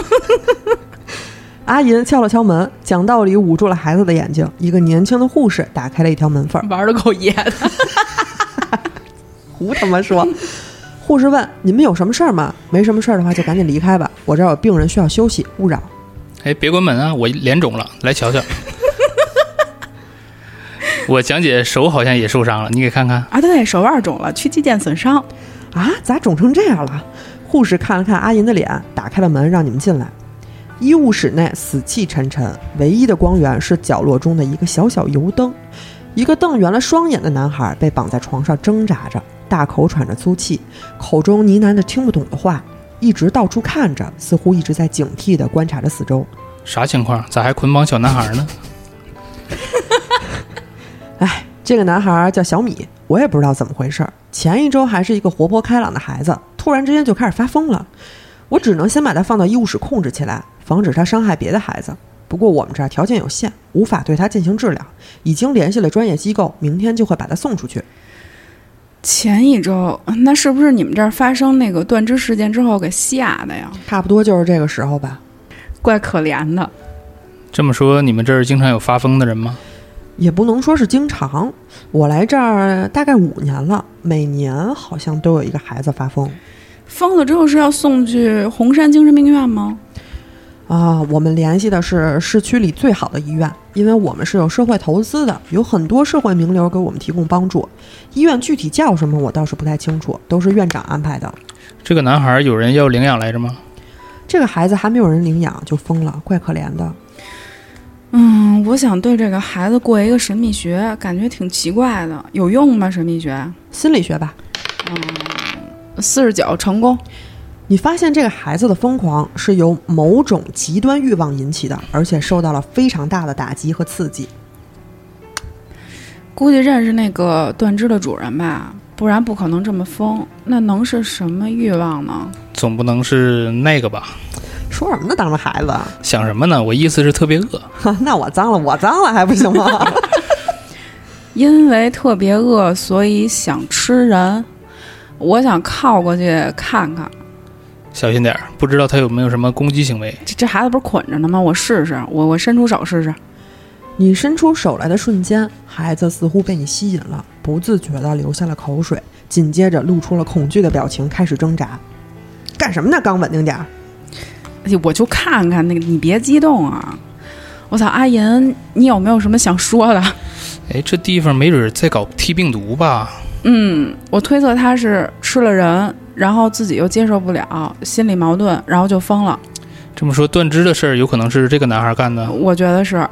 Speaker 1: 阿银敲了敲门，讲道理捂住了孩子的眼睛。一个年轻的护士打开了一条门缝儿，
Speaker 2: 玩的够野的。
Speaker 1: 胡他妈说。护士问：“你们有什么事儿吗？没什么事儿的话，就赶紧离开吧。我这儿有病人需要休息，勿扰。
Speaker 4: 哎，别关门啊！我脸肿了，来瞧瞧。我讲解手好像也受伤了，你给看看。
Speaker 2: 啊，对，手腕肿了，去肌腱损伤。”
Speaker 1: 啊，咋肿成这样了？护士看了看阿银的脸，打开了门，让你们进来。医务室内死气沉沉，唯一的光源是角落中的一个小小油灯。一个瞪圆了双眼的男孩被绑在床上挣扎着，大口喘着粗气，口中呢喃着听不懂的话，一直到处看着，似乎一直在警惕地观察着四周。
Speaker 4: 啥情况？咋还捆绑小男孩呢？
Speaker 1: 哎，这个男孩叫小米，我也不知道怎么回事儿。前一周还是一个活泼开朗的孩子，突然之间就开始发疯了。我只能先把他放到医务室控制起来，防止他伤害别的孩子。不过我们这儿条件有限，无法对他进行治疗，已经联系了专业机构，明天就会把他送出去。
Speaker 2: 前一周，那是不是你们这儿发生那个断肢事件之后给吓的呀？
Speaker 1: 差不多就是这个时候吧。
Speaker 2: 怪可怜的。
Speaker 4: 这么说，你们这儿经常有发疯的人吗？
Speaker 1: 也不能说是经常，我来这儿大概五年了，每年好像都有一个孩子发疯
Speaker 2: 疯了之后是要送去红山精神病院吗？
Speaker 1: 啊。我们联系的是市区里最好的医院，因为我们是有社会投资的，有很多社会名流给我们提供帮助。医院具体叫什么我倒是不太清楚，都是院长安排的。
Speaker 4: 这个男孩有人要领养来着吗？
Speaker 1: 这个孩子还没有人领养就疯了，怪可怜的。
Speaker 2: 嗯，我想对这个孩子过一个神秘学，感觉挺奇怪的，有用吗？神秘学
Speaker 1: 心理学吧，
Speaker 2: 四十九成功，
Speaker 1: 你发现这个孩子的疯狂是由某种极端欲望引起的，而且受到了非常大的打击和刺激。
Speaker 2: 估计认识那个断肢的主人吧，不然不可能这么疯。那能是什么欲望呢？
Speaker 4: 总不能是那个吧？
Speaker 1: 说什么呢？当着孩子，
Speaker 4: 想什么呢？我意思是特别饿，
Speaker 1: 那我脏了，我脏了还不行吗？
Speaker 2: 因为特别饿，所以想吃人。我想靠过去看看，
Speaker 4: 小心点儿，不知道他有没有什么攻击行为。
Speaker 2: 这这孩子不是捆着呢吗？我试试，我我伸出手试试。
Speaker 1: 你伸出手来的瞬间，孩子似乎被你吸引了，不自觉地流下了口水，紧接着露出了恐惧的表情，开始挣扎。干什么呢？刚稳定点儿。 [laughs]
Speaker 2: 哎呀我就看看那个，你别激动啊！我操，阿银，你有没有什么想说的？
Speaker 4: 哎，这地方没准儿在搞 T 病毒吧？
Speaker 2: 嗯，我推测他是吃了人，然后自己又接受不了，心理矛盾，然后就疯了。
Speaker 4: 这么说，断肢的事儿有可能是这个男孩干的。
Speaker 2: 我觉得是，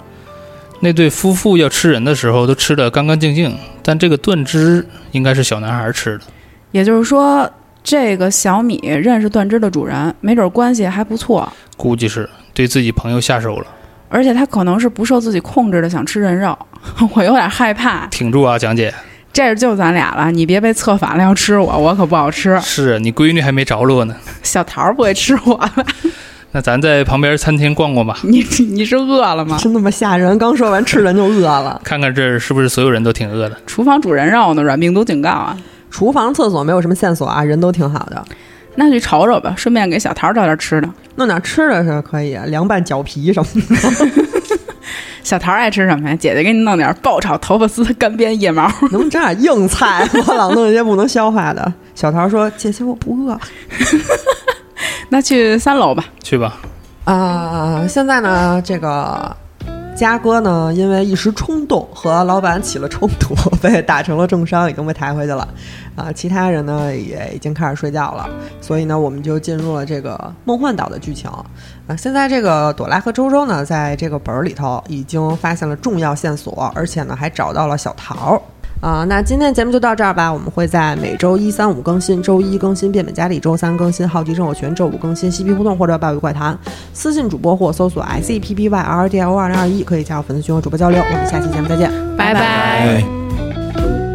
Speaker 4: 那对夫妇要吃人的时候都吃得干干净净，但这个断肢应该是小男孩吃的。
Speaker 2: 也就是说，这个小米认识断肢的主人，没准关系还不错，
Speaker 4: 估计是对自己朋友下手了。
Speaker 2: 而且他可能是不受自己控制的想吃人肉， [laughs] 我有点害怕。
Speaker 4: 挺住啊，蒋姐！
Speaker 2: 这就咱俩了，你别被策反了要吃我，我可不好吃。
Speaker 4: 是啊你闺女还没着落呢，
Speaker 2: 小桃儿不会吃我了，
Speaker 4: 那咱在旁边餐厅逛逛吧，
Speaker 2: [laughs] 你你是饿了吗？
Speaker 1: 真他妈吓人！刚说完吃人就饿了。
Speaker 4: 看看这儿是不是所有人都挺饿的。
Speaker 2: 厨房主人肉呢，软病毒警告啊！
Speaker 1: 厨房、厕所没有什么线索啊，人都挺好的。
Speaker 2: 那去瞅瞅吧，顺便给小桃儿找点吃的。
Speaker 1: 弄点吃的是可以，凉拌饺皮什么的。 [laughs]
Speaker 2: 小桃儿爱吃什么呀？姐姐给你弄点爆炒头发丝、干煸腋毛。 [laughs]
Speaker 1: 能不能整点硬菜？ [laughs] 我老弄一些不能消化的。小桃说：“姐姐，我不饿。
Speaker 2: 那去三楼吧。
Speaker 4: 去吧，”
Speaker 1: 啊，现在呢，这个嘉哥呢，因为一时冲动和老板起了冲突，被打成了重伤，已经被抬回去了。啊，其他人呢也已经开始睡觉了，所以呢，我们就进入了这个梦幻岛的剧情。啊，现在这个朵拉和周周呢，在这个本儿里头已经发现了重要线索，而且呢，还找到了小桃儿。啊，那今天的节目就到这儿吧。我们会在每周一、三、五更新，周一更新《变本加厉》，周三更新《好奇生活圈》，周五更新《嬉皮互动》或者《暴雨怪谈》。私信主播或搜索 S E P P Y R D L O 二零二一，可以加入粉丝群和主播交流。我们下期节目再见。
Speaker 2: 拜拜
Speaker 5: 哎。